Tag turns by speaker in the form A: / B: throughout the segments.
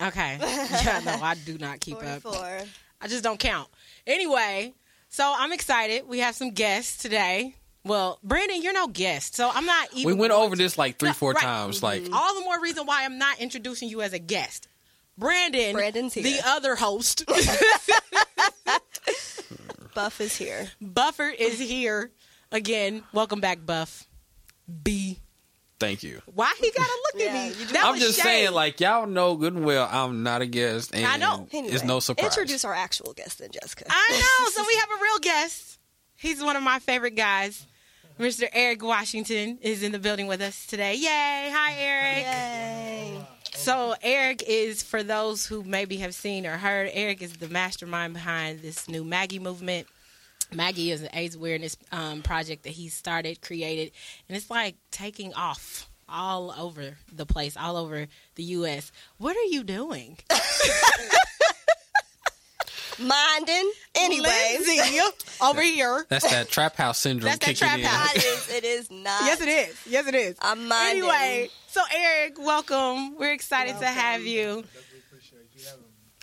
A: Okay. yeah, no, I do not keep up. I just don't count. Anyway, so I'm excited. We have some guests today. Well, Brandon, you're no guest, so I'm not even.
B: We went
A: going
B: over
A: to-
B: this like three,
A: No,
B: four
A: right. Mm-hmm.
B: times. Like,
A: All the more reason why I'm not introducing you as a guest. Brandon,
C: Brandon's here.
A: the other host,
C: Buff is here.
A: Buffer is here again. Welcome back, Buff. B.
B: thank you.
A: Why he gotta look
C: Yeah,
A: at
C: you
A: me?
C: just-
A: That
B: I'm
A: was
B: just
A: shade.
B: saying, like, y'all know good and well I'm not a guest. And
A: I know.
B: It's no surprise.
C: Introduce our actual guest then, Jessica.
A: I know. So we have a real guest. He's one of my favorite guys. Mr. Eric Washington is in the building with us today. Yay! Hi, Eric.
C: Yay.
A: So Eric is, for those who maybe have seen or heard, Eric is the mastermind behind this new Maggie movement. Maggie is an AIDS awareness um, project that he started, created, and it's like taking off all over the place, all over the U.S. What are you doing?
C: Minding. Anyways.
A: Lindsay, over here.
B: That's that trap house syndrome
A: That's that
B: kicking
A: trap
B: in.
A: house.
C: It is, it is not.
A: Yes, it is. Yes, it is.
C: I'm minding.
A: Anyway, so Eric, welcome. We're excited to have you.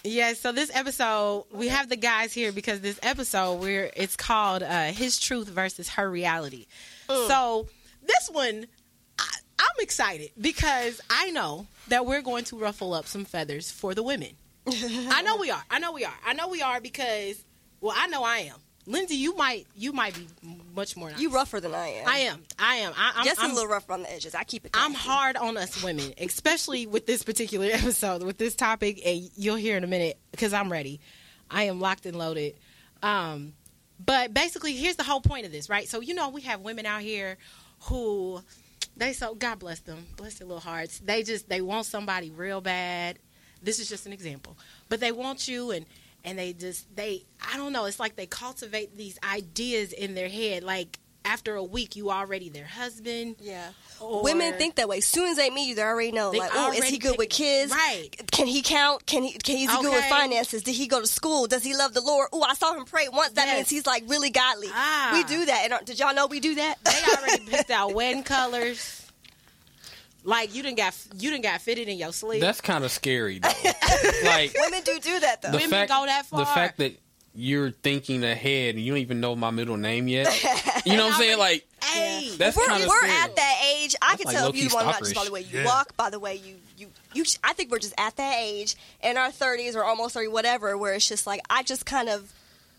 A: Yes, so this episode we have the guys here because this episode we're it's called uh, "His Truth versus Her Reality."
C: Mm.
A: So this one, I, I'm excited because I know that we're going to ruffle up some feathers for the women. I know we are. I know we are. I know we are because well, I know I am. Lindsay, you might you might be much more. Nice.
C: You rougher than I am.
A: I am. I am. I, I'm,
C: Just
A: I'm,
C: a little rough on the edges. I keep it.
A: I'm
C: classy.
A: hard on us women, especially with this particular episode, with this topic, and you'll hear in a minute because I'm ready. I am locked and loaded. Um, but basically, here's the whole point of this, right? So you know, we have women out here who they so God bless them, bless their little hearts. They just they want somebody real bad. This is just an example, but they want you and and they just they I don't know. It's like they cultivate these ideas in their head, like. After a week, you already their husband.
C: Yeah.
A: Or-
C: Women think that way. As soon as they meet you, they already know.
A: They
C: like, oh, is
A: already
C: he good
A: take-
C: with kids?
A: Right.
C: Can he count? Can he? Can is he good with
A: Okay.
C: finances? Did he go to school? Does he love the Lord? Oh, I saw him pray once. That
A: Yes.
C: means he's like really godly.
A: Ah.
C: We do that. And uh, did y'all know we do that?
A: They already picked out wedding colors. Like you didn't got you didn't got fitted in your sleeve.
B: That's kind of scary, though. like,
C: Women do do that though.
B: the
A: Women
B: fact,
A: go that far.
B: The fact that you're thinking ahead and you don't even know my middle name yet. You know what I'm saying? Like,
A: hey,
B: that's
C: we're
B: kind of
C: we're
B: scary.
C: at that age. I can
B: like
C: tell if
B: low-key
C: you one, not just by
B: stalkerish.
C: the way you
D: Yeah.
C: walk, by the way you you you. sh- I think we're just at that age in our thirties or almost thirty, whatever, where it's just like I just kind of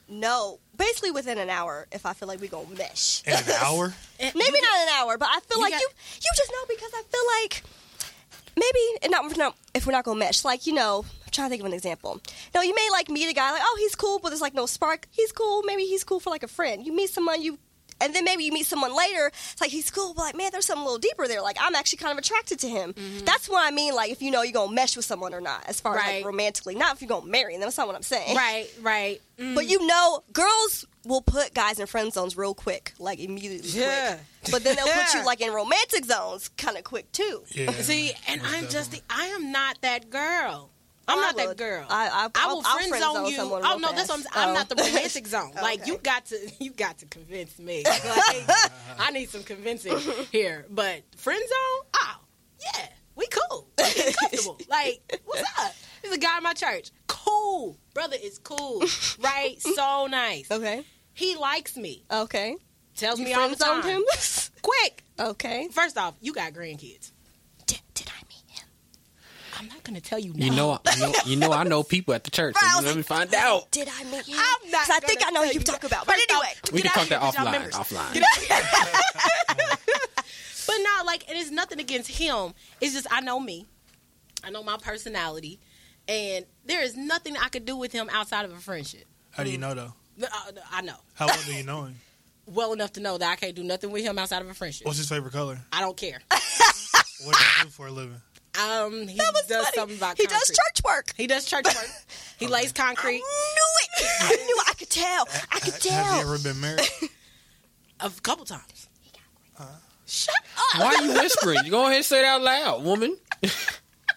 C: know basically within an hour if I feel like we gonna mesh.
D: In an hour?
C: maybe not an hour, but I feel
A: You
C: like
A: got-
C: you you just know because I feel like maybe and not, not if we're not gonna mesh, like you know. I'm trying to think of an example. No, you may like meet a guy like, oh, he's cool, but there's like no spark. He's cool. Maybe he's cool for like a friend. You meet someone you. And then maybe you meet someone later. It's like he's cool, but like man, there's something a little deeper there. Like I'm actually kind of attracted to him. That's what I mean. Like if you know you're gonna mesh with someone or not, as far as
A: Mm-hmm. Right.
C: like romantically, not if you're gonna marry them. That's not what I'm saying.
A: right, right. Mm,
C: But you know, girls will put guys in friend zones real quick, like immediately.
A: Yeah.
C: Quick. But then they'll put
A: Yeah.
C: you like in romantic zones, kind of quick too.
D: Yeah.
A: See, and I'm just the, I am not that girl. I'm
C: Oh, I
A: not that
C: would.
A: girl.
C: I- I-
A: I
C: I'll-
A: will
C: I'll
A: friend
C: friend
A: zone
C: zone
A: you.
C: someone
A: Oh
C: real
A: no, that's what I'm,
C: fast.
A: I'm
C: Oh.
A: not the romantic zone. Like
C: Okay.
A: you got to you got to convince me. Like, I need some convincing here, but friend zone. Oh yeah, we cool. We get comfortable. like what's up? There's a guy in my church. Cool, brother is cool. Right, so nice.
C: Okay.
A: He likes me.
C: Okay.
A: Tells
C: You
A: me all the
C: friend
A: time.
C: zoned him.
A: Quick.
C: okay.
A: First off, you got grandkids.
C: Did, did I meet him?
A: I'm not gonna tell you.
B: You
A: now.
B: know, you know, you know, I know people at the church.
C: Right, I
B: so
C: was
B: you let me
C: like-
B: find out.
C: Did I meet him?
A: I'm not
C: 'Cause I think I
A: gonna
C: know
A: tell
C: who you
A: you
C: talk about. But
A: First off,
C: anyway,
B: We
A: Get
B: can
A: out
B: talk
A: here
B: that
A: with y'all
B: offline.
A: members.
B: Offline.
A: Get out But no, like, and it's nothing against him. It's just I know me. I know my personality, and there is nothing I could do with him outside of a friendship.
D: How do you know though?
A: Uh, I know
D: How well do you know him?
A: well enough to know that
E: Oh,
A: I can't do nothing with him outside of a friendship.
D: What's his favorite color?
A: I don't care.
D: What do you do for a living?
A: Um, he
E: That was
A: does
E: funny.
A: something about
E: he does
A: concrete.
E: church work.
A: He does church work. He lays concrete.
E: I knew it. I knew it. I could tell. I could tell.
D: Have you ever been married?
A: A couple times.
E: Shut up.
B: Why are you whispering? You go ahead and say it out loud, woman.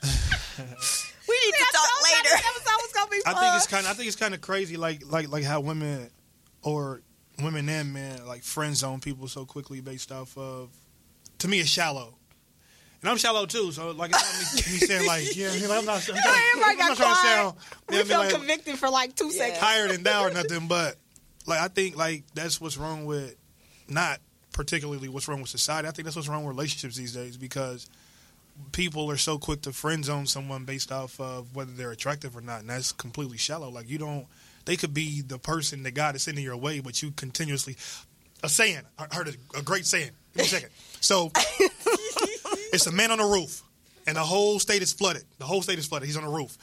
E: We need to talk later.
D: I think it's kind. Of, I think it's kind of crazy, like like like how women or women and men like friend zone people so quickly based off of. To me, it's shallow, and I'm shallow too. So like it's not me, me saying like yeah, you know, I'm not. I'm not,
A: everybody
D: I'm not
A: got
D: trying to
A: quiet.
D: sound. you know
A: We
D: what I mean,
A: felt
D: like,
A: convicted for like two
E: Yeah.
A: seconds.
D: higher than thou or nothing, but like I think like that's what's wrong with not particularly what's wrong with society. I think that's what's wrong with relationships these days because people are so quick to friend zone someone based off of whether they're attractive or not, and that's completely shallow. Like you don't they could be the person that God is sending your way, but you continuously a saying. I heard a, a great saying. Give me a second. So it's a man on the roof, and the whole state is flooded. The whole state is flooded. He's on the roof,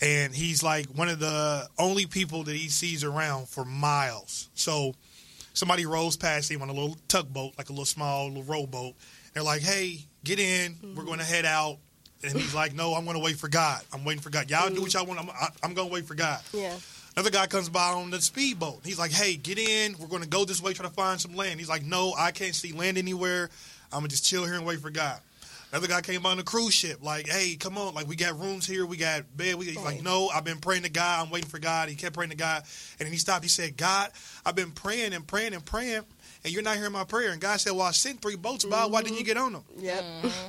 D: and he's like one of the only people that he sees around for miles. So somebody rolls past him on a little tugboat, like a little small little rowboat. They're like, "Hey, get in. We're going to head out." And he's like, "No, I'm going to wait for God. I'm waiting for God. Y'all do what y'all want. I'm, I, I'm going to wait for God."
E: Yeah.
D: Another guy comes by on the speedboat. He's like, "Hey, get in. We're going to go this way, try to find some land." He's like, "No, I can't see land anywhere. I'm gonna just chill here and wait for God." Another guy came by on the cruise ship. Like, "Hey, come on. Like, we got rooms here. We got bed." We, he's like, "No, I've been praying to God. I'm waiting for God." He kept praying to God, and then he stopped. He said, "God, I've been praying and praying and praying, and you're not hearing my prayer." And God said, "Well, I sent three boats by. Why didn't you get on them?"
E: Yep.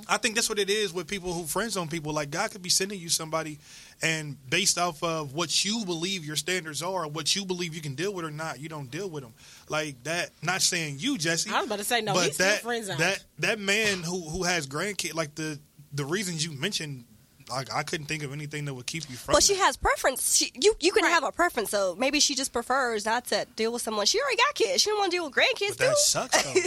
D: I think that's what it is with people who friend zone people. Like God could be sending you somebody, and based off of what you believe your standards are, what you believe you can deal with or not, you don't deal with them like that. Not saying you, Jesse.
A: I was about to say, no,
D: but
A: he's still
D: that
A: friend zoned.
D: that that man who who has grandkid, like the the reasons you mentioned, like I couldn't think of anything that would keep you from.
E: Well, she
D: that.
E: has preference. She, you you can
A: Right.
E: have a preference, so maybe she just prefers not to deal with someone. She already got kids. She don't want to deal with grandkids,
D: But that
E: too.
D: sucks. Though.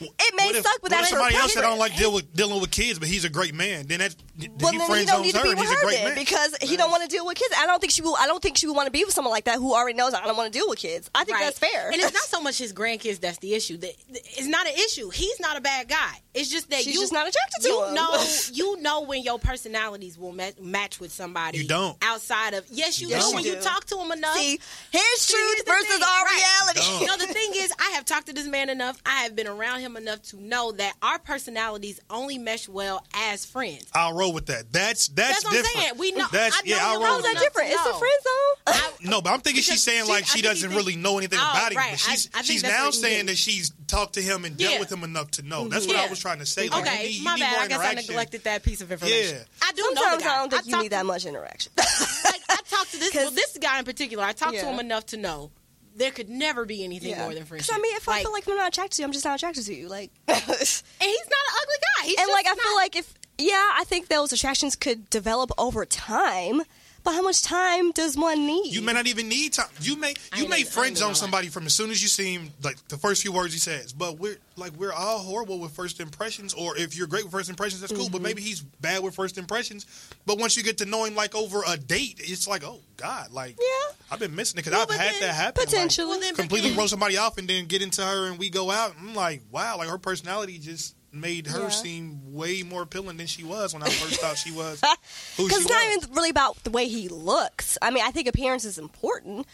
E: It may
D: What if-
E: suck, but
D: what
E: that's
D: if
E: her
D: somebody else that
E: preference.
D: don't like deal with dealing with kids, but he's a great man. Then that's
E: Well,
D: he
E: then he don't
D: friend zones
E: need to
D: her,
E: be
D: and
E: with
D: he's a
E: her
D: great
E: then
D: man.
E: because he don't want to deal with kids. I don't think she will. I don't think she would want to be with someone like that who already knows I don't want to deal with kids. I think
A: Right.
E: that's fair.
A: And it's not so much his grandkids that's the issue. That it's not an issue. He's not a bad guy. It's just that
E: She's
A: you
E: just not attracted to
A: you
E: him.
A: know you know when your personalities will ma- match with somebody.
D: You don't.
A: outside of yes, you
D: Yes,
A: do
D: you
A: when you
E: do.
A: talk to him enough.
E: See, here's
A: See,
E: truth
A: here's the
E: versus
A: thing.
E: our
A: Right.
E: reality.
A: You know, the thing is, I have talked to this man enough. I have been around him enough to know that our personalities only mesh well as friends.
D: I'll roll with that. That's that's,
A: That's what I'm
D: different.
A: saying. We know-
D: That's
A: I know
D: yeah. I'll
A: you're
D: roll
E: How's
D: with
E: that
A: No,
D: that.
E: different? It's
A: no.
E: a friend zone.
A: I-
D: No, but I'm thinking she's
A: Because
D: saying
A: she-
D: like
A: I
D: she
A: think he
D: doesn't
A: thinks-
D: really know anything
A: Oh,
D: about him.
A: right.
D: But she's
A: I- I think
D: she's
A: that's
D: now
A: what he
D: saying
A: meant.
D: that she's talked to him and dealt
A: Yeah.
D: with him enough to know. That's what I
A: Yeah.
D: was trying to say. Like,
A: okay,
D: you need, you
A: my
D: need
A: bad.
D: more
A: I guess I
D: interaction.
A: neglected that piece of information.
D: Yeah.
A: I do know the
E: Sometimes
A: guy.
E: I don't think you
A: talked
E: need that much interaction.
A: like I talked to this
E: 'Cause-
A: well, this guy in particular. I talked to
E: Yeah.
A: him enough to know there could never be anything
E: Yeah.
A: more than
E: 'Cause,
A: friendship.
E: I mean, if I feel like I'm not attracted to you, I'm just not attracted to you. Like,
A: and he's not an ugly guy. He's
E: and like I
A: just
E: feel
A: not-
E: like if yeah, I think those attractions could develop over time. But how much time does one need?
D: You may not even need time. You may
A: I ain't
D: you may
A: even- I ain't
D: friend
A: even
D: zone
A: gonna
D: somebody from as soon as you see him, like the first few words he says. But we're like we're all horrible with first impressions. Or if you're great with first impressions, that's cool. But
E: Mm-hmm.
D: maybe he's bad with first impressions. But once you get to know him, like over a date, it's like oh god, like
E: Yeah.
D: I've been missing it because
E: Well,
D: I've
E: but
D: had
E: then
D: that happen. like,
E: potentially. Well, then-
D: completely roll somebody off and then get into her and we go out. I'm like wow, like her personality just made her
E: Yeah.
D: seem way more appealing than she was when I first thought she was. Who she
E: Because it's not
D: was.
E: even really about the way he looks. I mean, I think appearance is important,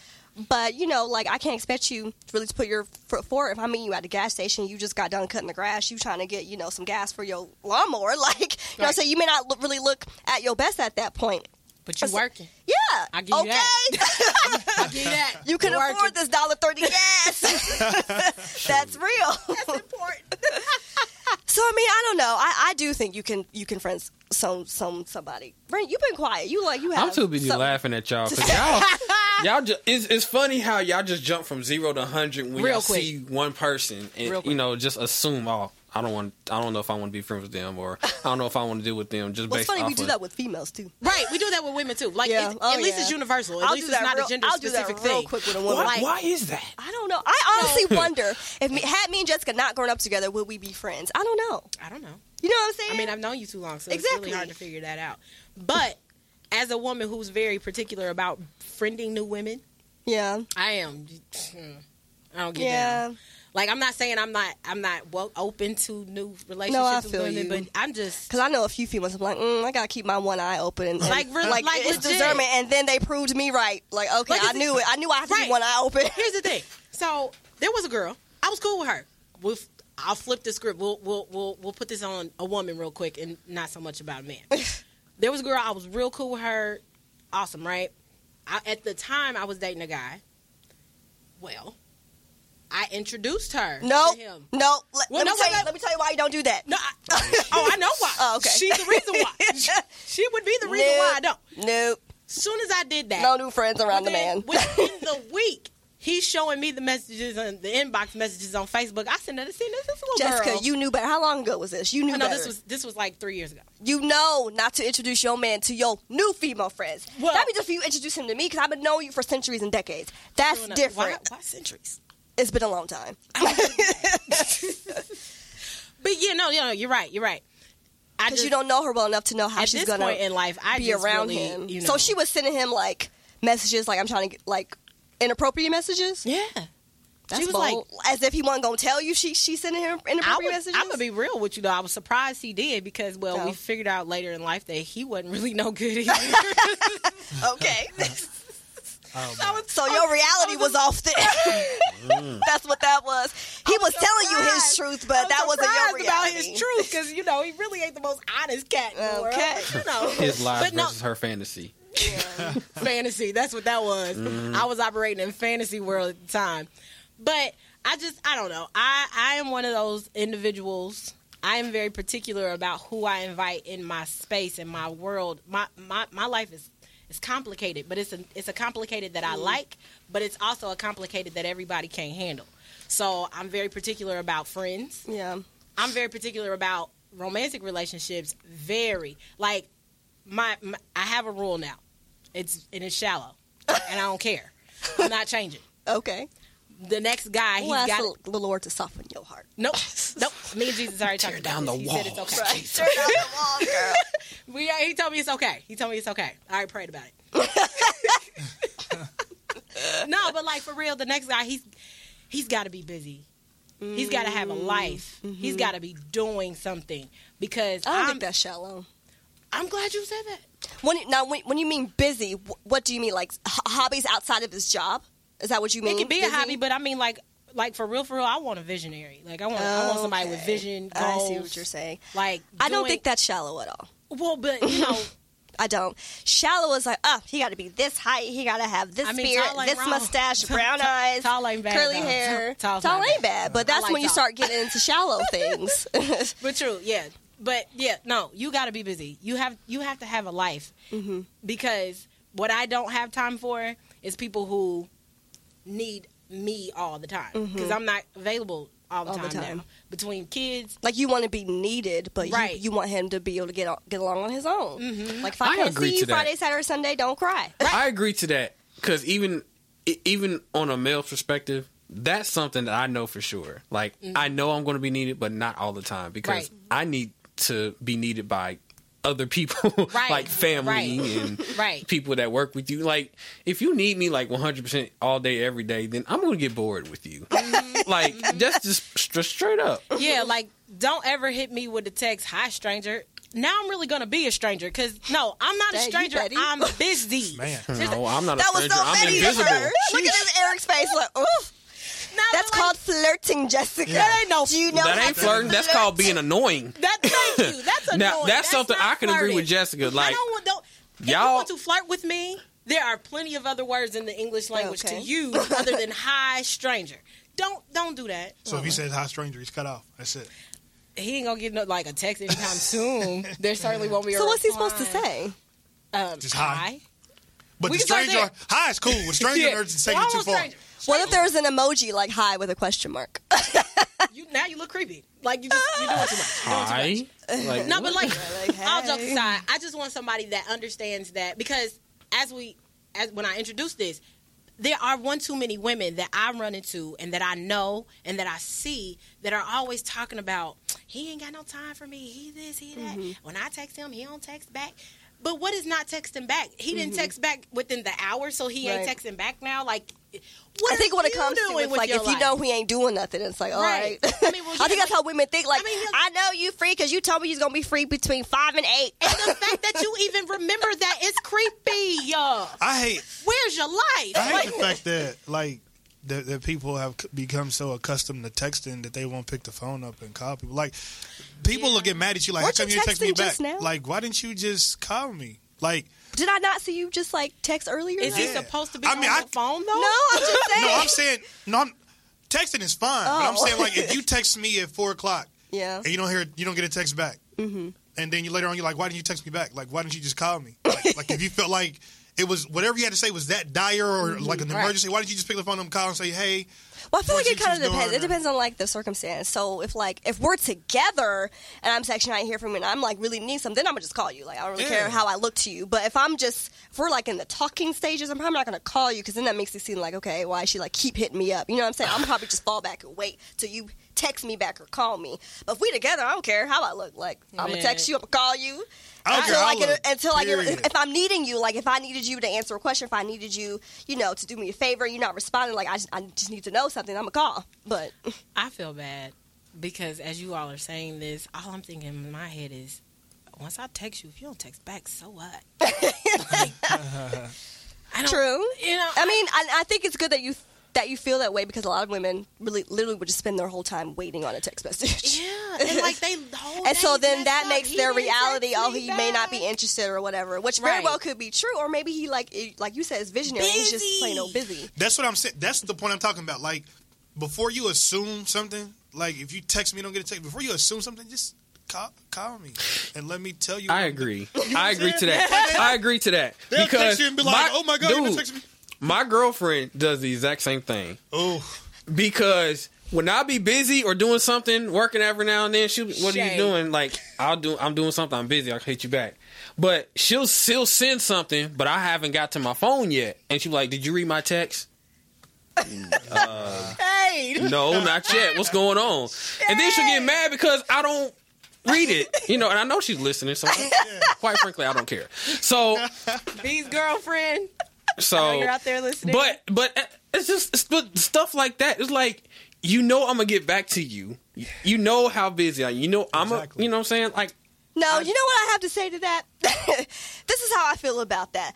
E: but you know, like I can't expect you really to put your foot forward. If I meet you at the gas station, you just got done cutting the grass, you trying to get you know some gas for your lawnmower. Like you know,
A: Right.
E: so you may not look, really look at your best at that point.
A: but you working.
E: Yeah.
A: I give you
E: okay.
A: I get that.
E: You can
A: You working.
E: afford this dollar thirty gas. That's real. That's important. so I mean, I don't know. I, I do think you can you can friends some some somebody. Brent, you've been quiet. You like you have.
B: I'm too busy
E: some-
B: laughing at y'all because y'all, y'all just it's, it's funny how y'all just jump from zero to hundred when
A: Real
B: y'all
A: quick.
B: see one person
A: Real
B: and
A: quick.
B: you know just assume oh I don't want I don't know if I want to be friends with them or I don't know if I want to deal with them just
E: Well,
B: based
E: it's funny
B: off
E: we do
B: of,
E: that with females too.
A: Right, we do that with women too. Like
E: Yeah.
A: it's,
E: Oh,
A: at least
E: yeah.
A: it's universal. At
E: I'll
A: least
E: do
A: it's
E: that
A: not
E: real-
A: a gender
E: I'll do that
A: specific
E: real
A: thing.
E: quick with a woman.
B: why,
E: Like-
B: why is that
E: I don't know. I honestly wonder if me, had me and Jessica not grown up together, would we be friends? I don't know.
A: I don't know.
E: You know what I'm saying?
A: I mean, I've known you too long, so it's
E: Exactly.
A: really hard to figure that out. But as a woman who's very particular about friending new women,
E: yeah,
A: I am. I don't get
E: yeah.
A: down. Like I'm not saying I'm not I'm not well open to new relationships with
E: feel
A: women,
E: you.
A: but I'm just
E: Because I know a few females. I'm like, mm, I gotta keep my one eye open and, and
A: Like, re- like,
E: it's
A: legit.
E: discernment. And then they proved me right. Like, okay,
A: Like,
E: I
A: it's-
E: knew it. I knew I had to
A: Right.
E: keep one eye open.
A: here's the thing. So there was a girl. I was cool with her. We'll, I'll flip the script. We'll we'll we'll we'll put this on a woman real quick and not so much about a man. there was a girl. I was real cool with her. Awesome, right? I, at the time, I was dating a guy. Well, I introduced her
E: no,
A: to him.
E: no. Let,
A: Well,
E: let
A: no,
E: me tell
A: wait,
E: you,
A: wait.
E: let me tell you why you don't do that.
A: No, I, oh, I know why.
E: Oh, okay.
A: She's the reason why. she would be the reason why I don't.
E: Nope.
A: Soon as I did that,
E: No new friends around the man.
A: within, within the week, he's showing me the messages and the inbox messages on Facebook. I sent her to see this, this little
E: Jessica,
A: girl.
E: you knew better. How long ago was this? You knew
A: Oh, no,
E: better.
A: this was this was like three years ago.
E: you know not to introduce your man to your new female friends.
A: Well-
E: That'd be just for you to introduce him to me because I've been knowing you for centuries and decades. That's
A: Why-
E: different.
A: Why, centuries?
E: It's been a long time.
A: But yeah, no, no, you're right. You're right. I
E: Because
A: just
E: you don't know her well enough to know how
A: at
E: she's
A: this
E: gonna
A: point in life, I
E: be
A: just
E: around
A: really,
E: him.
A: You know,
E: So she was sending him like messages, like I'm trying to get, like inappropriate messages.
A: yeah.
E: That's
A: she was like,
E: bold. as if he wasn't gonna tell you she she's sending him
A: I
E: inappropriate
A: would,
E: messages.
A: I'm gonna be real with you though. I was surprised he did because well,
E: No.
A: we figured out later in life that he wasn't really no good either.
E: okay.
B: Oh,
E: so your
A: oh,
E: reality was off there. That's what that was. He was telling you his
A: surprised.
E: truth, but that wasn't your reality.
A: about his truth because you know he really ain't the most honest cat. In the world,
E: Okay.
A: but, you know
B: his life
A: But no-
B: versus her fantasy.
A: fantasy. That's what that was.
B: Mm-hmm.
A: I was operating in fantasy world at the time, but I just I don't know. I I am one of those individuals. I am very particular about who I invite in my space in my world. My my my life is is complicated, but it's a it's a complicated that I
E: Mm-hmm.
A: like, but it's also a complicated that everybody can't handle. So I'm very particular about friends.
E: Yeah.
A: I'm very particular about romantic relationships. Very like my, my I have a rule now. It's and it's shallow, and I don't care. I'm not changing.
E: Okay.
A: The next guy, he's
E: Well, ask
A: got
E: the- the Lord to soften your heart.
A: nope, nope. Me and Jesus already talked about
B: down
A: this.
B: the
A: he
B: wall.
A: Said it's okay.
E: Turn down the wall, girl.
A: We, uh, he told me it's okay. He told me it's okay. I already prayed about it. no, but like for real, the next guy, he's he's got to be busy. He's got to have
E: Mm-hmm.
A: a life. He's got to be doing something because
E: I don't
A: I'm,
E: think that's shallow.
A: I'm glad you said that.
E: When now, when, when you mean busy, wh- what do you mean? Like h- hobbies outside of his job? Is that what you mean?
A: It can be a
E: Mm-hmm. Busy?
A: hobby, but I mean, like, like for real, for real, I want a visionary. Like, I want, I want somebody with
E: Okay.
A: vision. Goals,
E: I see what you're saying.
A: Like,
E: I don't
A: doing-
E: think that's shallow at all.
A: Well, but you know,
E: I don't. Shallow is like, oh, he got to be this height. He got to have this
A: I mean,
E: beard,
A: tall ain't
E: this
A: wrong.
E: mustache, brown
A: Tall-
E: eyes,
A: tall ain't bad,
E: curly
A: though.
E: hair.
A: Tall- tall's not
E: ain't bad, but that's
A: like
E: when you
A: tall.
E: start getting into shallow things.
A: but true, yeah. But yeah, no, you got to be busy. You have, you have to have a life
E: Mm-hmm.
A: because what I don't have time for is people who need me all the time because I'm not available all the
E: Mm-hmm. All the
A: time,
E: time.
A: now between kids.
E: like you want to be needed, but you-
A: Right. Mm-hmm.
E: you, want him to be able to get on, get along on his own. Like if
B: I
E: I, can't
B: agree
E: see you
B: to that.
E: Friday, Saturday, Sunday, don't cry.
B: I agree to that because even e- even on a male perspective, that's something that I know for sure. Like I know I'm going to be needed, but not all the time because
A: Right.
B: I need to be needed by other people,
A: Right.
B: like family
A: Right.
B: and
A: Right.
B: people that work with you. Like if you need me like 100 percent all day every day, then I'm going to get bored with you. like that's just st- straight up.
A: yeah, like don't ever hit me with the text, "Hi, stranger." Now I'm really gonna be a stranger because no, I'm not a
E: Dang, you
A: stranger.
E: petty.
A: I'm busy.
D: Man.
B: No, I'm not a
E: That was
B: stranger.
E: so
B: I'm
E: petty of
B: invisible.
E: her. Look at his Eric's face. Like, oof.
A: No,
E: That's
A: but, like,
E: called flirting, Jessica.
D: That
E: ain't no. Do you know
B: That
E: how
B: ain't
E: to
B: flirting. That's
E: flirt?
B: called being annoying.
A: that. Thank you. That's annoying.
B: Now that's, something
A: not
B: I can agree
A: flirting.
B: with Jessica.
A: I
B: Like
A: don't want don't. If you
B: y'all-
A: want to flirt with me, there are plenty of other words in the English language
E: Okay.
A: to use other than "hi, stranger." Don't don't do that.
D: So if he says hi, stranger, he's cut off. That's it.
A: He ain't gonna get no like a text anytime soon. There certainly won't be. a
E: So what's he supposed to
A: reply.
E: say?
A: Um,
D: Just hi. But
A: We
D: the
A: can start
D: stranger, hi is cool. With stranger,
A: Yeah.
D: they're just taking
A: Well,
D: it
A: I
D: too
A: want
D: far.
A: stranger.
E: What if there's an emoji like hi with a question mark?
A: you now you look creepy. Like you just you're doing too much. You're doing too much.
B: Hi. Like,
A: No, but like,
E: Like,
A: all
E: hey.
A: jokes aside, I just want somebody that understands that because as we, as when I introduced this, there are one too many women that I run into and that I know and that I see that are always
E: Mm-hmm.
A: talking about he ain't got no time for me, he this, he that. When I text him, he don't text back. But what is not texting back? He didn't text back within the hour, so he ain't
E: Mm-hmm. Right.
A: texting back now. Like, what
E: I think
A: are
E: when it
A: you
E: comes to
A: doing
E: it's
A: with
E: like
A: your
E: if
A: life?
E: you know he ain't doing nothing, it's like all right.
A: Right.
E: I,
A: I mean, well,
E: think
A: yeah, like-
E: that's how women think. Like
A: I
E: I,
A: mean, yeah.
E: know you free because you told me you was gonna be free between five and eight.
A: And the fact that you even remember that is creepy, y'all.
D: I hate
A: Where's your life?
D: I hate the fact that like that, that people have c- become so accustomed to texting that they won't pick the phone up and call people. Like people will get mad at you. Like,
E: Weren't
D: how come
E: you
D: you didn't text me
E: texting just
D: back?
E: now?
D: Like, why didn't you just call me? Like,
E: Did I not see you just like text earlier?
A: is he
D: Yeah.
A: supposed to be
D: I
A: on
D: mean,
A: the
D: I-
A: phone though?
E: no, I'm just saying.
D: no, I'm saying no. I'm texting is fine, but I'm
E: Oh.
D: saying like if you text me at four o'clock
E: yeah. Mm-hmm.
D: and you don't hear, you don't get a text back, and then you later on you're like, why didn't you text me back? Like, why didn't you just call me? Like, like, if you felt like. It was whatever you had to say was that dire or
E: Mm-hmm.
D: like an
A: Right.
D: emergency. Why didn't you just pick the phone up and call and say, "Hey,
E: Well, I feel
D: What
E: like it
D: you
E: kind of
D: choose going
E: depends. It
D: there.
E: depends on like the circumstance. So if like if we're together and I'm texting, I hear from you, and I'm like really need something, then I'm gonna just call you. Like I don't really care
D: Yeah.
E: how I look to you. But if I'm just if we're like in the talking stages, I'm probably not gonna call you because then that makes it seem like okay, why she like keep hitting me up? You know what I'm saying? I'm probably just fall back and wait till you text me back or call me. But if we together, I don't care how I look. Like I'm gonna
A: Man.
E: text you, I'm gonna call you.
D: I don't
E: until
D: care
E: I
D: how I
E: get,
D: look,
E: until I get,
D: period.
E: if, if I'm needing you, like if I needed you to answer a question, if I needed you, you know, to do me a favor, you're not responding. Like I just, I just need to know something. I'm gonna call. But
A: I feel bad because as you all are saying this, all I'm thinking in my head is once I text you, if you don't text back, so what? I don't,
E: true.
A: You know,
E: I mean, I, I think it's good that you that you feel that way because a lot of women really literally would just spend their whole time waiting on a text message.
A: yeah, and like they whole
E: And so
A: day's
E: then
A: messed
E: that
A: up.
E: makes
A: He
E: their
A: didn't
E: reality,
A: text
E: oh,
A: me
E: he may not be
A: back.
E: interested or whatever, which very
A: Right.
E: well could be true. Or maybe he, like, i- like you said, is visionary. and He's just
A: Busy.
E: plain old busy.
D: That's what I'm saying. That's the point I'm talking about. Like, before you assume something, like if you text me, don't get a text. Before you assume something, just call, call me and let me tell you.
B: I agree. I agree to that. I agree to that
D: They'll
B: because
D: text you and be like, "Oh my god, you been
B: dude,
D: texting me."
B: my girlfriend does the exact same thing
D: Oh,
B: because when I be busy or doing something, working every now and then, she will what are
A: Shay.
B: you doing? Like I'll do I'm doing something. I'm busy. I'll hit you back. But she'll still send something, but I haven't got to my phone yet. And she be like, "Did you read my text?"
E: Hey!
B: No, not yet. What's going on? And then she'll get mad because I don't read it. You know, and I know she's listening. So quite frankly, I don't care. So
A: B's girlfriend.
B: so
A: You're out there listening.
B: But but eh, it's just it's, but stuff like that. It's like you know I'm gonna get back to you. You know how busy I. You know I'm. A,
D: Exactly.
B: you know what I'm saying like
E: No, you know what I have to say to that? this is how I feel about that.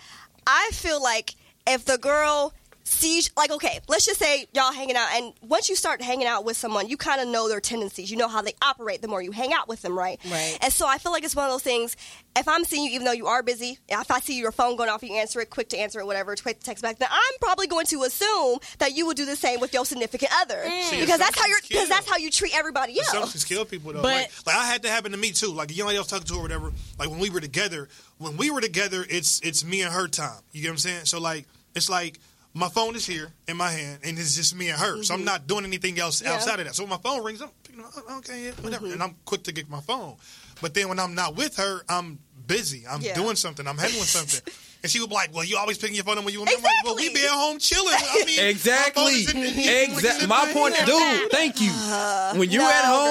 E: I feel like if the girl sees, like, okay, let's just say y'all hanging out, and once you start hanging out with someone, you kind of know their tendencies. You know how they operate the more you hang out with them, right?
A: Right.
E: And so I feel like it's one of those things. If I'm seeing you, even though you are busy, if I see your phone going off, you answer it, quick to answer it, whatever, quick to text back, then I'm probably going to assume that you will do the same with your significant other
D: See,
E: because that's how you're
D: assumptions
E: because
D: kill.
E: that's how you treat everybody else.
D: assumptions kill people though.
A: But-
D: like, like, I had that happen to me too. Like a young lady I was talking to or whatever. Like when we were together, when we were together, it's it's me and her time. You get what I'm saying? So like it's like. My phone is here in my hand, and it's just me and her. So I'm not doing anything else
E: Mm-hmm. Yeah. Mm-hmm.
D: outside of that. So when my phone rings, I'm picking it up, okay, yeah, whatever, and I'm quick to get my phone. But then when I'm not with her, I'm busy. I'm
E: Yeah.
D: doing something. I'm handling something. And she would be like, "Well, you always picking your phone up when you." Exactly. I'm like, "Well, we
E: Exactly.
D: be at home chilling." I mean, my phone
B: exactly
D: is in the-
B: exactly my point, dude. Thank you. When you're at
E: Uh-huh. no, I agree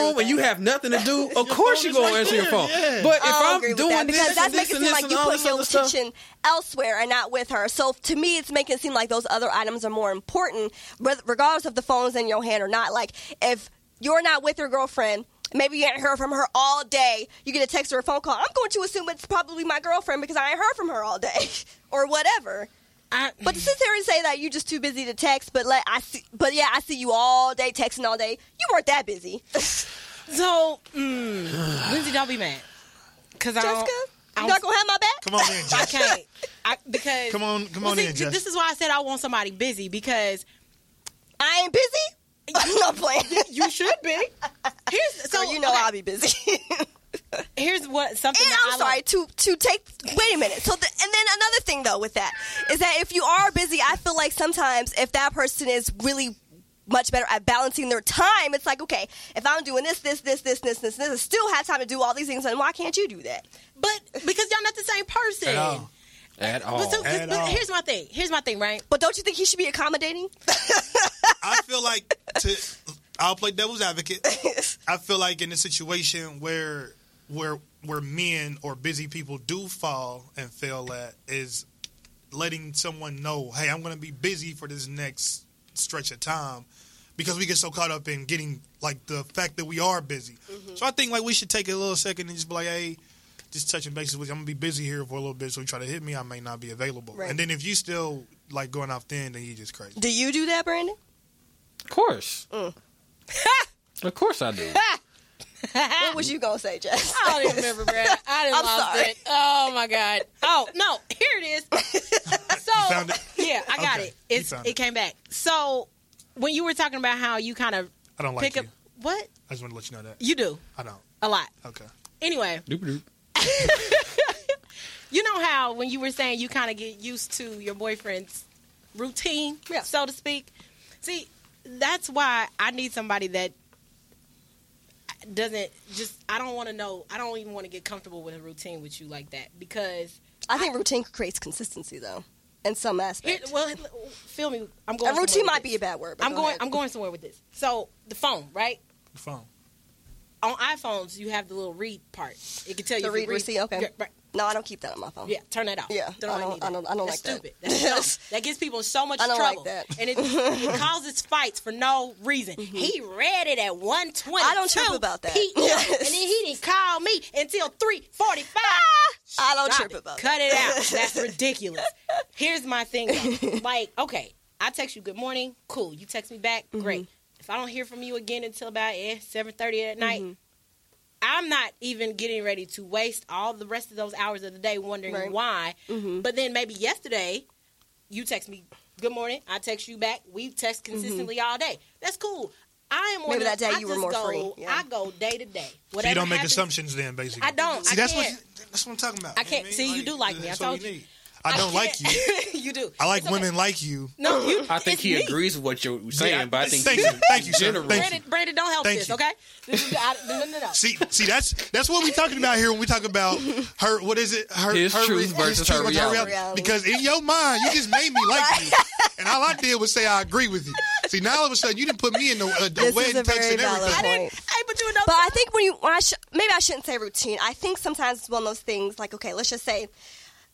E: with
B: home and you
E: that.
B: have nothing to do, of course you're gonna answer your phone. But if
E: I don't
B: I'm
E: agree with
B: doing
E: that because
B: this,
E: that's
B: and this
E: making
B: and
E: it seem
B: this
E: like
B: and
E: you
B: all
E: put
B: this
E: your
B: other stuff,
E: attention elsewhere and not with her. So to me, it's making it seem like those other items are more important, re- regardless of the phones in your hand or not. Like if you're not with your girlfriend. Maybe you ain't heard from her all day. You get a text or a phone call. I'm going to assume it's probably my girlfriend because I ain't heard from her all day, or whatever.
A: I,
E: But to sit there and say that you just too busy to text, but like I see, but yeah, I see you all day texting all day. You weren't that busy,
A: so, mm, Lindsay, don't be mad because I don't.
E: Jessica.
A: I don't-
E: You not gonna have my back.
D: Come on in,
A: I
D: Jess.
A: can't I, because
D: Come on, come
A: Well,
D: on
A: see,
D: in, Jess.
A: This is why I said I want somebody busy because
E: I ain't busy. I'm not playing.
A: you should be. Here's so
E: Girl, you know
A: okay,
E: I'll be busy. and
A: here's what something. that
E: I'm
A: I
E: sorry
A: like-
E: to to take. Wait a minute. So the, and then another thing though with that is that if you are busy, I feel like sometimes if that person is really much better at balancing their time, it's like okay, if I'm doing this, this, this, this, this, this, this, I still have time to do all these things, and why can't you do that?
A: but because y'all not the same person.
D: At all. Oh,
B: at all.
A: But, so, 'cause-
D: At
A: but
D: all.
A: here's my thing. Here's my thing, right?
E: But don't you think he should be accommodating?
D: I feel like to I'll play devil's advocate. I feel like in a situation where where where men or busy people do fall and fail at is letting someone know, hey, I'm going to be busy for this next stretch of time because we get so caught up in getting like the fact that we are busy.
A: Mm-hmm.
D: So I think like we should take a little second and just be like, hey, just touching bases with you. I'm gonna be busy here for a little bit, so you try to hit me, I may not be available.
E: Right.
D: And then if you still like going off thin, then you just crazy.
E: Do you do that, Brandon?
B: Of course.
E: Mm.
B: Of course I do.
E: What was you gonna say, Jess?
A: I don't even remember, Brad. I didn't
E: I'm
A: lost
E: sorry.
A: it. Oh my god. Oh no, here it is. So
D: found it?
A: yeah, I got
D: Okay,
A: it.
D: you
A: It's
D: found
A: it
D: it.
A: came back. So when you were talking about how you kind of
D: I don't like
A: pick
D: you.
A: up what
D: I just want to let you know that
A: you do
D: I don't.
A: a lot.
D: Okay.
A: Anyway,
B: Doop-a-doop.
A: you know how when you were saying you kind of get used to your boyfriend's routine,
E: Yeah.
A: so to speak. See, that's why I need somebody that doesn't just. I don't want to know. I don't even want to get comfortable with a routine with you like that because.
E: I think routine creates consistency, though, in some
A: Here,
E: aspect.
A: well, feel me. I'm going.
E: A routine
A: somewhere with
E: might be
A: this.
E: a bad word. But
A: I'm
E: go
A: going.
E: ahead.
A: I'm going somewhere with this. So the phone, right?
D: The phone.
A: On iPhones, you have the little read part. It can tell you
E: The
A: if you
E: read receipt, okay.
A: Yeah, right.
E: No, I don't keep that on my phone.
A: Yeah, turn that off.
E: Yeah, I don't-
A: need
E: I don't- I don't
A: That's
E: like
A: stupid.
E: that.
A: That's
E: Yes.
A: dumb. That gives people in so much
E: I don't like
A: trouble,
E: that. Mm-hmm.
A: and it, it causes fights for no reason. He read it at one twenty.
E: I don't trip about that. Yes.
A: and then he didn't call me until three forty five.
E: Ah, I don't
A: Stop
E: trip about
A: Cut
E: that.
A: it out. That's ridiculous. Here's my thing though. Like, okay, I text you good morning, cool. You text me back,
E: Mm-hmm.
A: great. If I don't hear from you again until about eh, seven thirty at night,
E: Mm-hmm.
A: I'm not even getting ready to waste all the rest of those hours of the day wondering
E: Right. Mm-hmm.
A: why. But then maybe yesterday you text me good morning, I text you back, we text consistently all day. That's cool. I am one
E: Mm-hmm. Maybe
A: of
E: that
A: those-
E: day
A: I
E: you were
A: just
E: more
A: go,
E: free. Yeah.
A: I go day to day.
D: So you
A: Whatever
D: don't make
A: happens-
D: assumptions then, basically.
A: I don't.
D: See,
A: I
D: that's
A: can't.
D: what you, that's what I'm talking about.
A: I
D: You know
A: can't-
D: what
A: see, you do like me. I
D: that's what
A: told
D: we
A: you.
D: need. I don't like you.
A: can't- you do.
D: I like
A: It's okay.
D: women like you.
A: No, you,
B: I think
A: it's
B: he
A: me.
B: agrees with what you're saying, but I think
D: Thank you. Thank you, sir.
B: General.
D: Thank you.
A: Brandon, Brandon, don't help
D: Thank
A: this,
D: you.
A: okay? This is, I, no, no, no.
D: See, see, that's that's what we're talking about here when we talk about her. What is it? Her,
B: His
D: her
B: truth versus her reality.
E: Reality.
D: Because in your mind, you just made me like you, and all I did was say I agree with you. See, now all of a sudden, you didn't put me in the, uh, the
E: This is a
D: wedding text
E: very
D: and
E: valid
D: everything.
A: I didn't.
E: point.
A: Hey, but you know,
E: But I think when you, when I sh- maybe I shouldn't say routine. I think sometimes it's one of those things like, okay, let's just say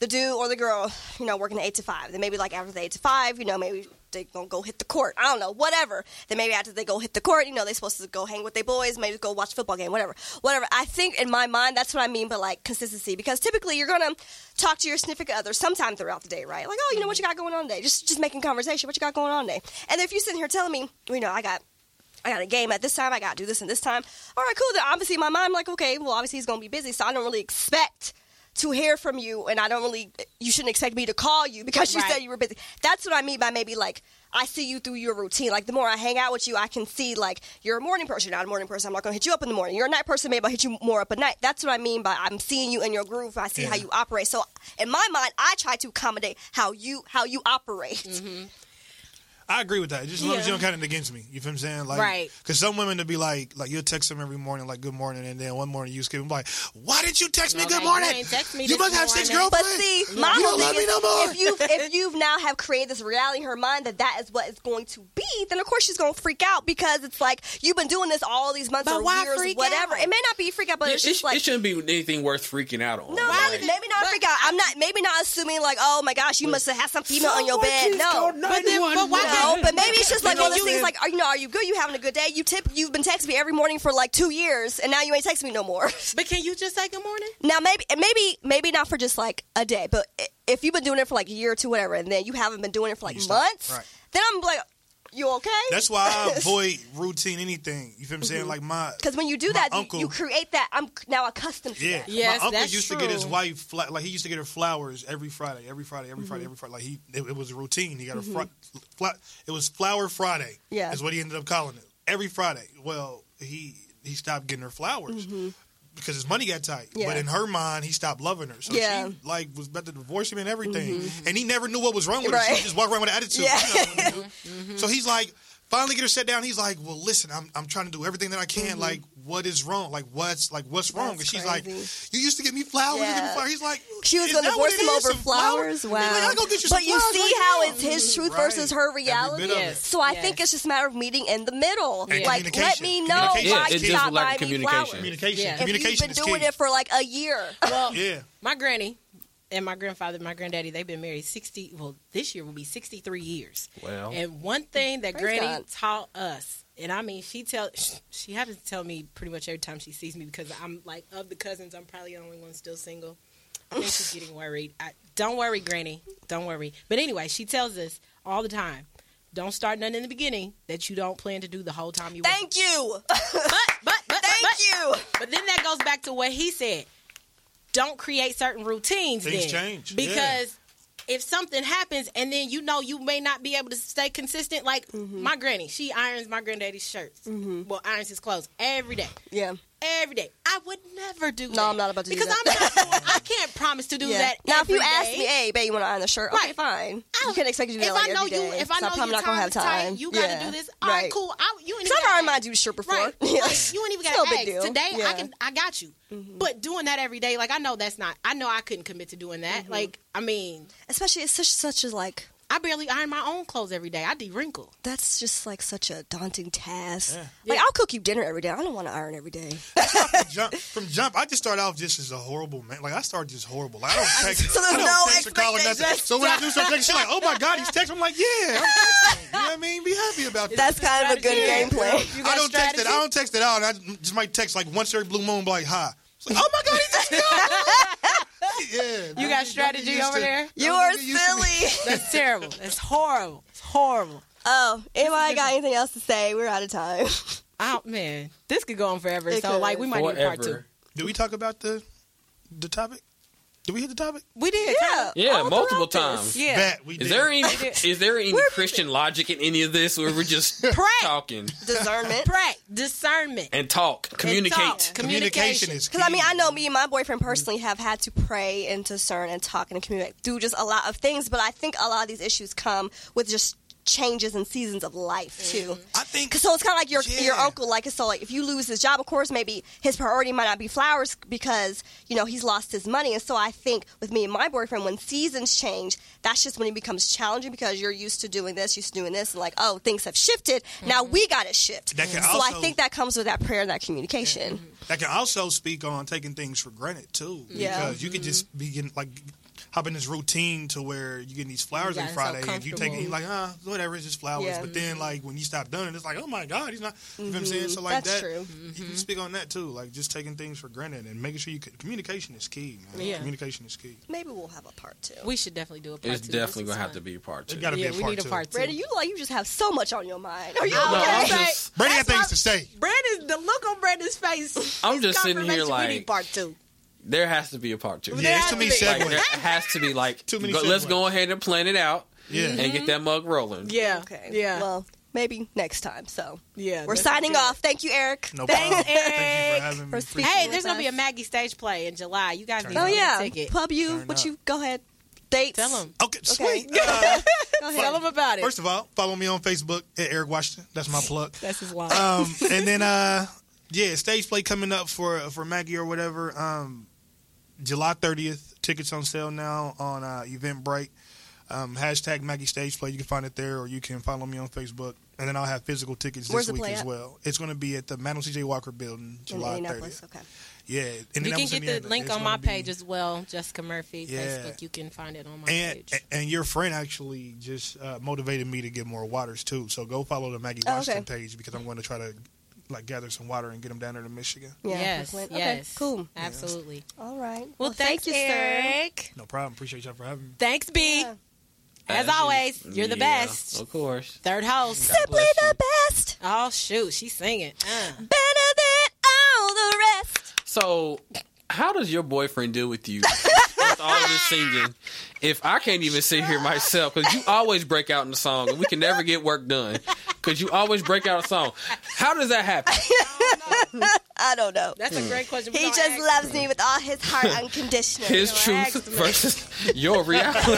E: the dude or the girl, you know, working eight to five. Then maybe like after the eight to five, you know, maybe they gonna go hit the court. I don't know, whatever. Then maybe after they go hit the court, you know, they supposed to go hang with their boys, maybe go watch a football game, whatever, whatever. I think in my mind that's what I mean, but like consistency because typically you're gonna talk to your significant other sometime throughout the day, right? Like, oh, you know what you got going on today? Just just making conversation. What you got going on today? And if you're sitting here telling me, you know, I got I got a game at this time. I got to do this and this time. All right, cool. Then obviously my mind like, okay, well obviously he's gonna be busy, so I don't really expect to hear from you, and I don't really you shouldn't expect me to call you because you
A: Right.
E: said you were busy. That's what I mean by maybe like I see you through your routine. Like the more I hang out with you, I can see like you're a morning person, not a morning person. I'm not gonna hit you up in the morning. You're a night person, maybe I'll hit you more up at night. That's what I mean by I'm seeing you in your groove. I see how
D: Yeah.
E: you operate. So in my mind, I try to accommodate how you how you operate.
D: I agree with that. Just as long as you
A: Yeah.
D: don't count it against me. You feel what I'm saying? Like,
A: Right.
D: Because some women to be like, like you'll text them every morning, like good morning, and then one morning you skip them like, why did you text me
A: No,
D: good
A: like, you
D: morning?
A: ain't text me
D: You
A: this
D: must have six
A: morning.
E: But
D: girlfriends.
E: see,
D: you
E: my whole
D: don't love
E: thing
D: me
E: is,
D: no more.
E: if you if you've now have created this reality in her mind that that is what it's going to be, then of course she's going to freak out because it's like you've been doing this all these months
A: But
E: or
A: why
E: years,
A: freak
E: whatever.
A: out?
E: It may not be freak out, but
B: it,
E: it's
B: it-
E: just
B: it
E: like.
B: shouldn't be anything worth freaking out on.
E: No,
B: Like,
E: maybe, maybe not
A: But-
E: freak out. I'm not. Maybe not assuming like, oh my gosh, you must have had some female on your bed. No,
A: But then- but why
E: no. But maybe it's just like
A: But
E: one of those
A: you-
E: things. Like, are you know, are you good? You having a good day? You tip. You've been texting me every morning for like two years, and now you ain't texting me no more.
A: but can you just say good morning?
E: Now maybe and maybe maybe not for just like a day, but i- if you've been doing it for like a year or two, whatever, and then you haven't been doing it for like
D: You stop.
E: months,
D: Right.
E: then I'm like, you okay?
D: That's why I avoid routine anything. You feel what I'm
A: Mm-hmm.
D: saying? Like my
E: because when you do
D: my
E: that, you-
D: uncle,
E: you create that. I'm c- now accustomed to
D: Yeah,
E: that.
A: Yes,
D: my uncle
A: that's
D: used to get his
A: true.
D: wife fla- like he used to get her flowers every Friday, every Friday, every Friday,
E: Mm-hmm.
D: every Friday. Like he, it, it was a routine. He got a fr- fla- it was flower Friday.
E: Yeah.
D: is what he ended up calling it every Friday. Well, he he stopped getting her flowers. Because his money got tight,
E: Mm-hmm. Yeah.
D: but in her mind, he stopped loving her. So
E: Yeah. Mm-hmm.
D: she like was about to divorce him and everything, and he never knew what was wrong with her.
E: Right.
D: She just walked around with an attitude.
E: Yeah.
D: you know what I mean? So he's like, finally get her set down. He's like, "Well, listen, I'm I'm trying to do everything that I can.
E: Mm-hmm.
D: Like, what is wrong? Like, what's like what's wrong?"
F: That's
D: and she's
F: crazy.
D: like, "You used to give me flowers. You give me
E: Yeah.
D: flowers." He's like,
E: She was
D: "Is
E: going to
D: that what
E: force
D: it
E: him
D: is?
E: over
D: Some flowers?
E: flowers. Wow.
D: He's like, "I'll go get you some
E: but you
D: flowers
E: see
D: right
E: how
D: now."
E: it's his truth
D: Right.
E: versus her
D: Every bit of
E: reality.
D: it.
A: Yes.
E: So I
A: Yes.
E: think it's just a matter of meeting in the middle.
D: And
E: like, let
D: communication.
E: me know
D: Communication.
E: why
D: Yeah,
E: you
D: it's just
E: stopped
B: lack
E: buying
B: of
E: me
B: communication.
E: flowers.
D: Communication.
A: Yeah. If you've
E: If you've
D: Communication
E: been doing
D: is key.
E: it for like a year.
A: Well,
D: yeah.
A: my granny and my grandfather, and my granddaddy, they've been married sixty. Well, this year will be sixty-three years.
B: Well,
A: And one thing that
E: Praise
A: Granny
E: God.
A: taught us, and I mean, she tell she had to tell me pretty much every time she sees me because I'm like of the cousins, I'm probably the only one still single. I think she's getting worried. I, don't worry, Granny. Don't worry. But anyway, she tells us all the time. Don't start nothing in the beginning that you don't plan to do the whole time you. with
E: Thank you.
A: them. but but but
E: Thank
A: but,
E: you.
A: but then that goes back to what he said. Don't create certain routines.
D: Things
A: then.
D: change, yeah.
A: because if something happens and then you know you may not be able to stay consistent. Like
E: Mm-hmm.
A: my granny, she irons my granddaddy's shirts. Well, irons his clothes every day,
E: Yeah.
A: every day. I would never do.
E: No,
A: that.
E: I'm not about to do
A: because
E: that.
A: I'm not. doing- I can't promise to do
E: yeah.
A: that.
E: now, if you
A: every
E: ask
A: day.
E: me, hey, babe, you want to iron the shirt? Okay,
A: Right.
E: fine.
A: I'll-
E: you can't expect you to do
A: if
E: that like
A: I know
E: every
A: you,
E: day,
A: if I
E: so
A: know
E: I'm probably
A: you
E: not gonna have time.
A: you gotta
E: Yeah.
A: do this. All right,
E: Right.
A: cool. I, you ain't
E: So
A: even
E: I've ironed
A: gotta
E: my
A: ask.
E: dude shirt before.
A: Right.
E: Yeah.
A: Like, you ain't even
E: It's
A: got
E: no
A: to
E: big
A: ask.
E: deal.
A: Today I
E: Yeah. Mm-hmm.
A: can I got you. But doing that every day, like I know that's not I know I couldn't commit to doing that.
E: Mm-hmm.
A: Like, I mean,
E: Especially, it's such, such as like,
A: I barely iron my own clothes every day. I de-wrinkle.
E: that's just like such a daunting task.
D: Yeah.
E: Like,
A: Yeah.
E: I'll cook you dinner every day. I don't want to iron every day.
D: jump from jump. I just started off just as a horrible man. Like I started just horrible. Like, I don't text.
E: So there's
D: I don't
E: no
D: text or call or nothing.
E: expectations.
D: So when I do something, she's like, "Oh my god, he's texting." I'm like, "Yeah, I'm texting. you know what I mean? Be happy about that."
E: That's kind of a good game plan.
A: You got
D: I don't text it.
A: strategy?
D: I don't text it out. I just might text like once every blue moon, be like, "Hi." It's like, oh my god, he's texting. me. yeah.
A: You got strategy
D: used
A: over
D: to-
A: there?
E: You
D: Don't
E: are
D: get used to me.
E: silly.
A: That's terrible. That's horrible. It's horrible.
E: Oh, anybody got anything else to say? We're out of time.
A: I don't, man, this could go on forever.
E: It
A: so
E: could.
A: like we might need a part two.
B: forever.
D: Did we talk about the the topic? Did we hit the topic?
A: We did.
E: Yeah.
B: Yeah,
E: all
B: multiple
E: throughout this.
B: times.
A: Yeah.
D: Bet we
B: Is
D: did.
B: there any is there any Christian logic in any of this where we're just
A: Pray.
B: talking
E: Discernment.
A: Pray. Discernment.
B: and talk, communicate?
A: talk.
D: communication is?
E: Because I mean,
D: key.
E: I know me and my boyfriend personally have had to pray and discern and talk and communicate through just a lot of things, but I think a lot of these issues come with just changes and seasons of life too.
D: Mm-hmm. I think
E: 'Cause So it's kind of like your your
D: Yeah.
E: uncle, like so like if you lose his job, of course, maybe his priority might not be flowers because you know he's lost his money, and so I think with me and my boyfriend, when seasons change, that's just when it becomes challenging because you're used to doing this, used to doing this, and like oh things have shifted, now we got to shift.
D: Mm-hmm. That can
E: so I
D: also- Mm-hmm.
E: think that comes with that prayer and that communication.
D: that can also speak on taking things for granted too.
E: Yeah.
D: Because you
A: Mm-hmm.
D: could just be getting like hopping this routine to where you getting these flowers
A: You
D: on
A: got so
D: Friday and you take
A: comfortable.
D: it
A: Mm-hmm.
D: you're like, ah, whatever, it's just flowers.
E: Yeah.
D: But then like when you stop doing it, it's like, oh my God, he's not you know what I'm saying? So like
E: That's
D: that
E: true.
D: you
A: Mm-hmm.
D: can speak on that too. Like just taking things for granted and making sure you could, communication is key, man.
A: Yeah.
D: Communication is key.
E: Maybe we'll have a part two.
A: We should definitely do a part
B: It's
A: two.
B: definitely
A: This is
B: gonna have
A: fun.
B: to be a part two.
D: It gotta be
A: Yeah,
D: a
A: we
D: part
A: need a
D: two.
A: part two.
E: Brady, you look like you just have so much on your mind. Are you
A: No,
E: okay?
B: I'm
A: Okay.
B: just,
D: Brady had
A: That's
D: things
A: what-
D: to say.
A: Brandon's the look on Brandon's face.
B: I'm
A: is
B: just sitting here
A: confirmation we
B: like-
A: need part two.
B: there has to be a part two.
D: Yeah, it's too many
A: has to
B: Like
D: segues.
B: there has to be like
D: Too many
B: go- let's go
D: segues.
B: ahead and plan it out
D: Yeah.
B: and get that mug rolling.
A: Mm-hmm. Yeah.
E: Okay.
A: Yeah.
E: Well, maybe next time. So
A: yeah.
E: we're
A: that's
E: signing
A: good.
E: off. Thank you, Eric.
D: No problem. Thank you
A: Eric,
D: for having
E: for
D: me.
E: speaking.
A: Hey,
E: with
A: there's gonna be a
E: us.
A: Maggie stage play in July. You guys need
E: Oh
A: to get
E: yeah.
A: a ticket.
E: Pub you.
D: Turn
E: what
D: up.
E: you? Go ahead. Dates.
A: Tell them.
D: Okay,
E: Okay.
D: sweet. Uh,
E: Go ahead.
A: Tell them about it.
D: first of all, follow me on Facebook at Eric Washington. That's my plug.
A: That's his line.
D: um, and then uh, yeah, stage play coming up for for Maggie or whatever. Um, July thirtieth, tickets on sale now on uh, Eventbrite. Um, hashtag Maggie Stage Play. You can find it there, or you can follow me on Facebook. And then I'll have physical tickets
E: Where's the
D: this week
E: play
D: as
E: at?
D: well. It's going to be at the Madam C.J. Walker Building,
E: in
D: July
E: Indianapolis.
D: thirtieth.
E: Okay.
D: Yeah,
A: you can
D: Indianapolis,
A: get the
D: Indiana.
A: link
D: It's
A: on
D: gonna
A: my
D: be-
A: page as well, Jessica Murphy.
D: Yeah.
A: Facebook, you can find it on my
D: And,
A: page.
D: and your friend actually just uh, motivated me to get more waters too. So go follow the Maggie
E: Oh, okay.
D: Washington page because I'm going to try to like gather some water and get them down there to Michigan.
E: Yeah.
A: yes,
E: Brooklyn. Okay.
A: yes,
E: Cool.
A: absolutely.
E: All right.
A: Well, thanks,
E: thank you, sir.
A: Eric.
D: No problem. Appreciate y'all for having me.
A: Thanks, B.
E: Yeah.
A: As
B: Uh,
A: always, you're the
B: yeah,
A: best.
B: Of course.
A: Third host.
E: Simply
B: bless
E: the best.
A: Oh shoot, she's singing. Uh.
E: Better than all the rest.
B: So, how does your boyfriend deal with you with all of this singing if I can't even sit here myself? Because you always break out in a song, and we can never get work done. Because you always break out a song. How does that happen?
E: I don't know.
A: That's a great question.
E: Hmm. He just loves me with all his heart unconditionally.
B: His
A: Relax,
B: truth
A: man.
B: versus your reality.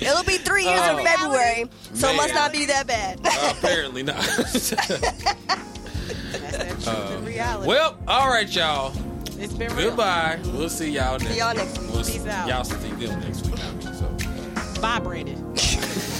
E: It'll be three years
D: Oh.
E: in February, so it must
B: Man.
E: not be that bad.
B: Uh, Apparently not.
A: That's reality.
B: well, all right, y'all.
A: it's been real.
B: Goodbye. We'll see y'all next.
E: y'all next week.
B: We'll
A: Peace out.
B: Y'all see them next week. I mean, so.
A: Bye, Brandon.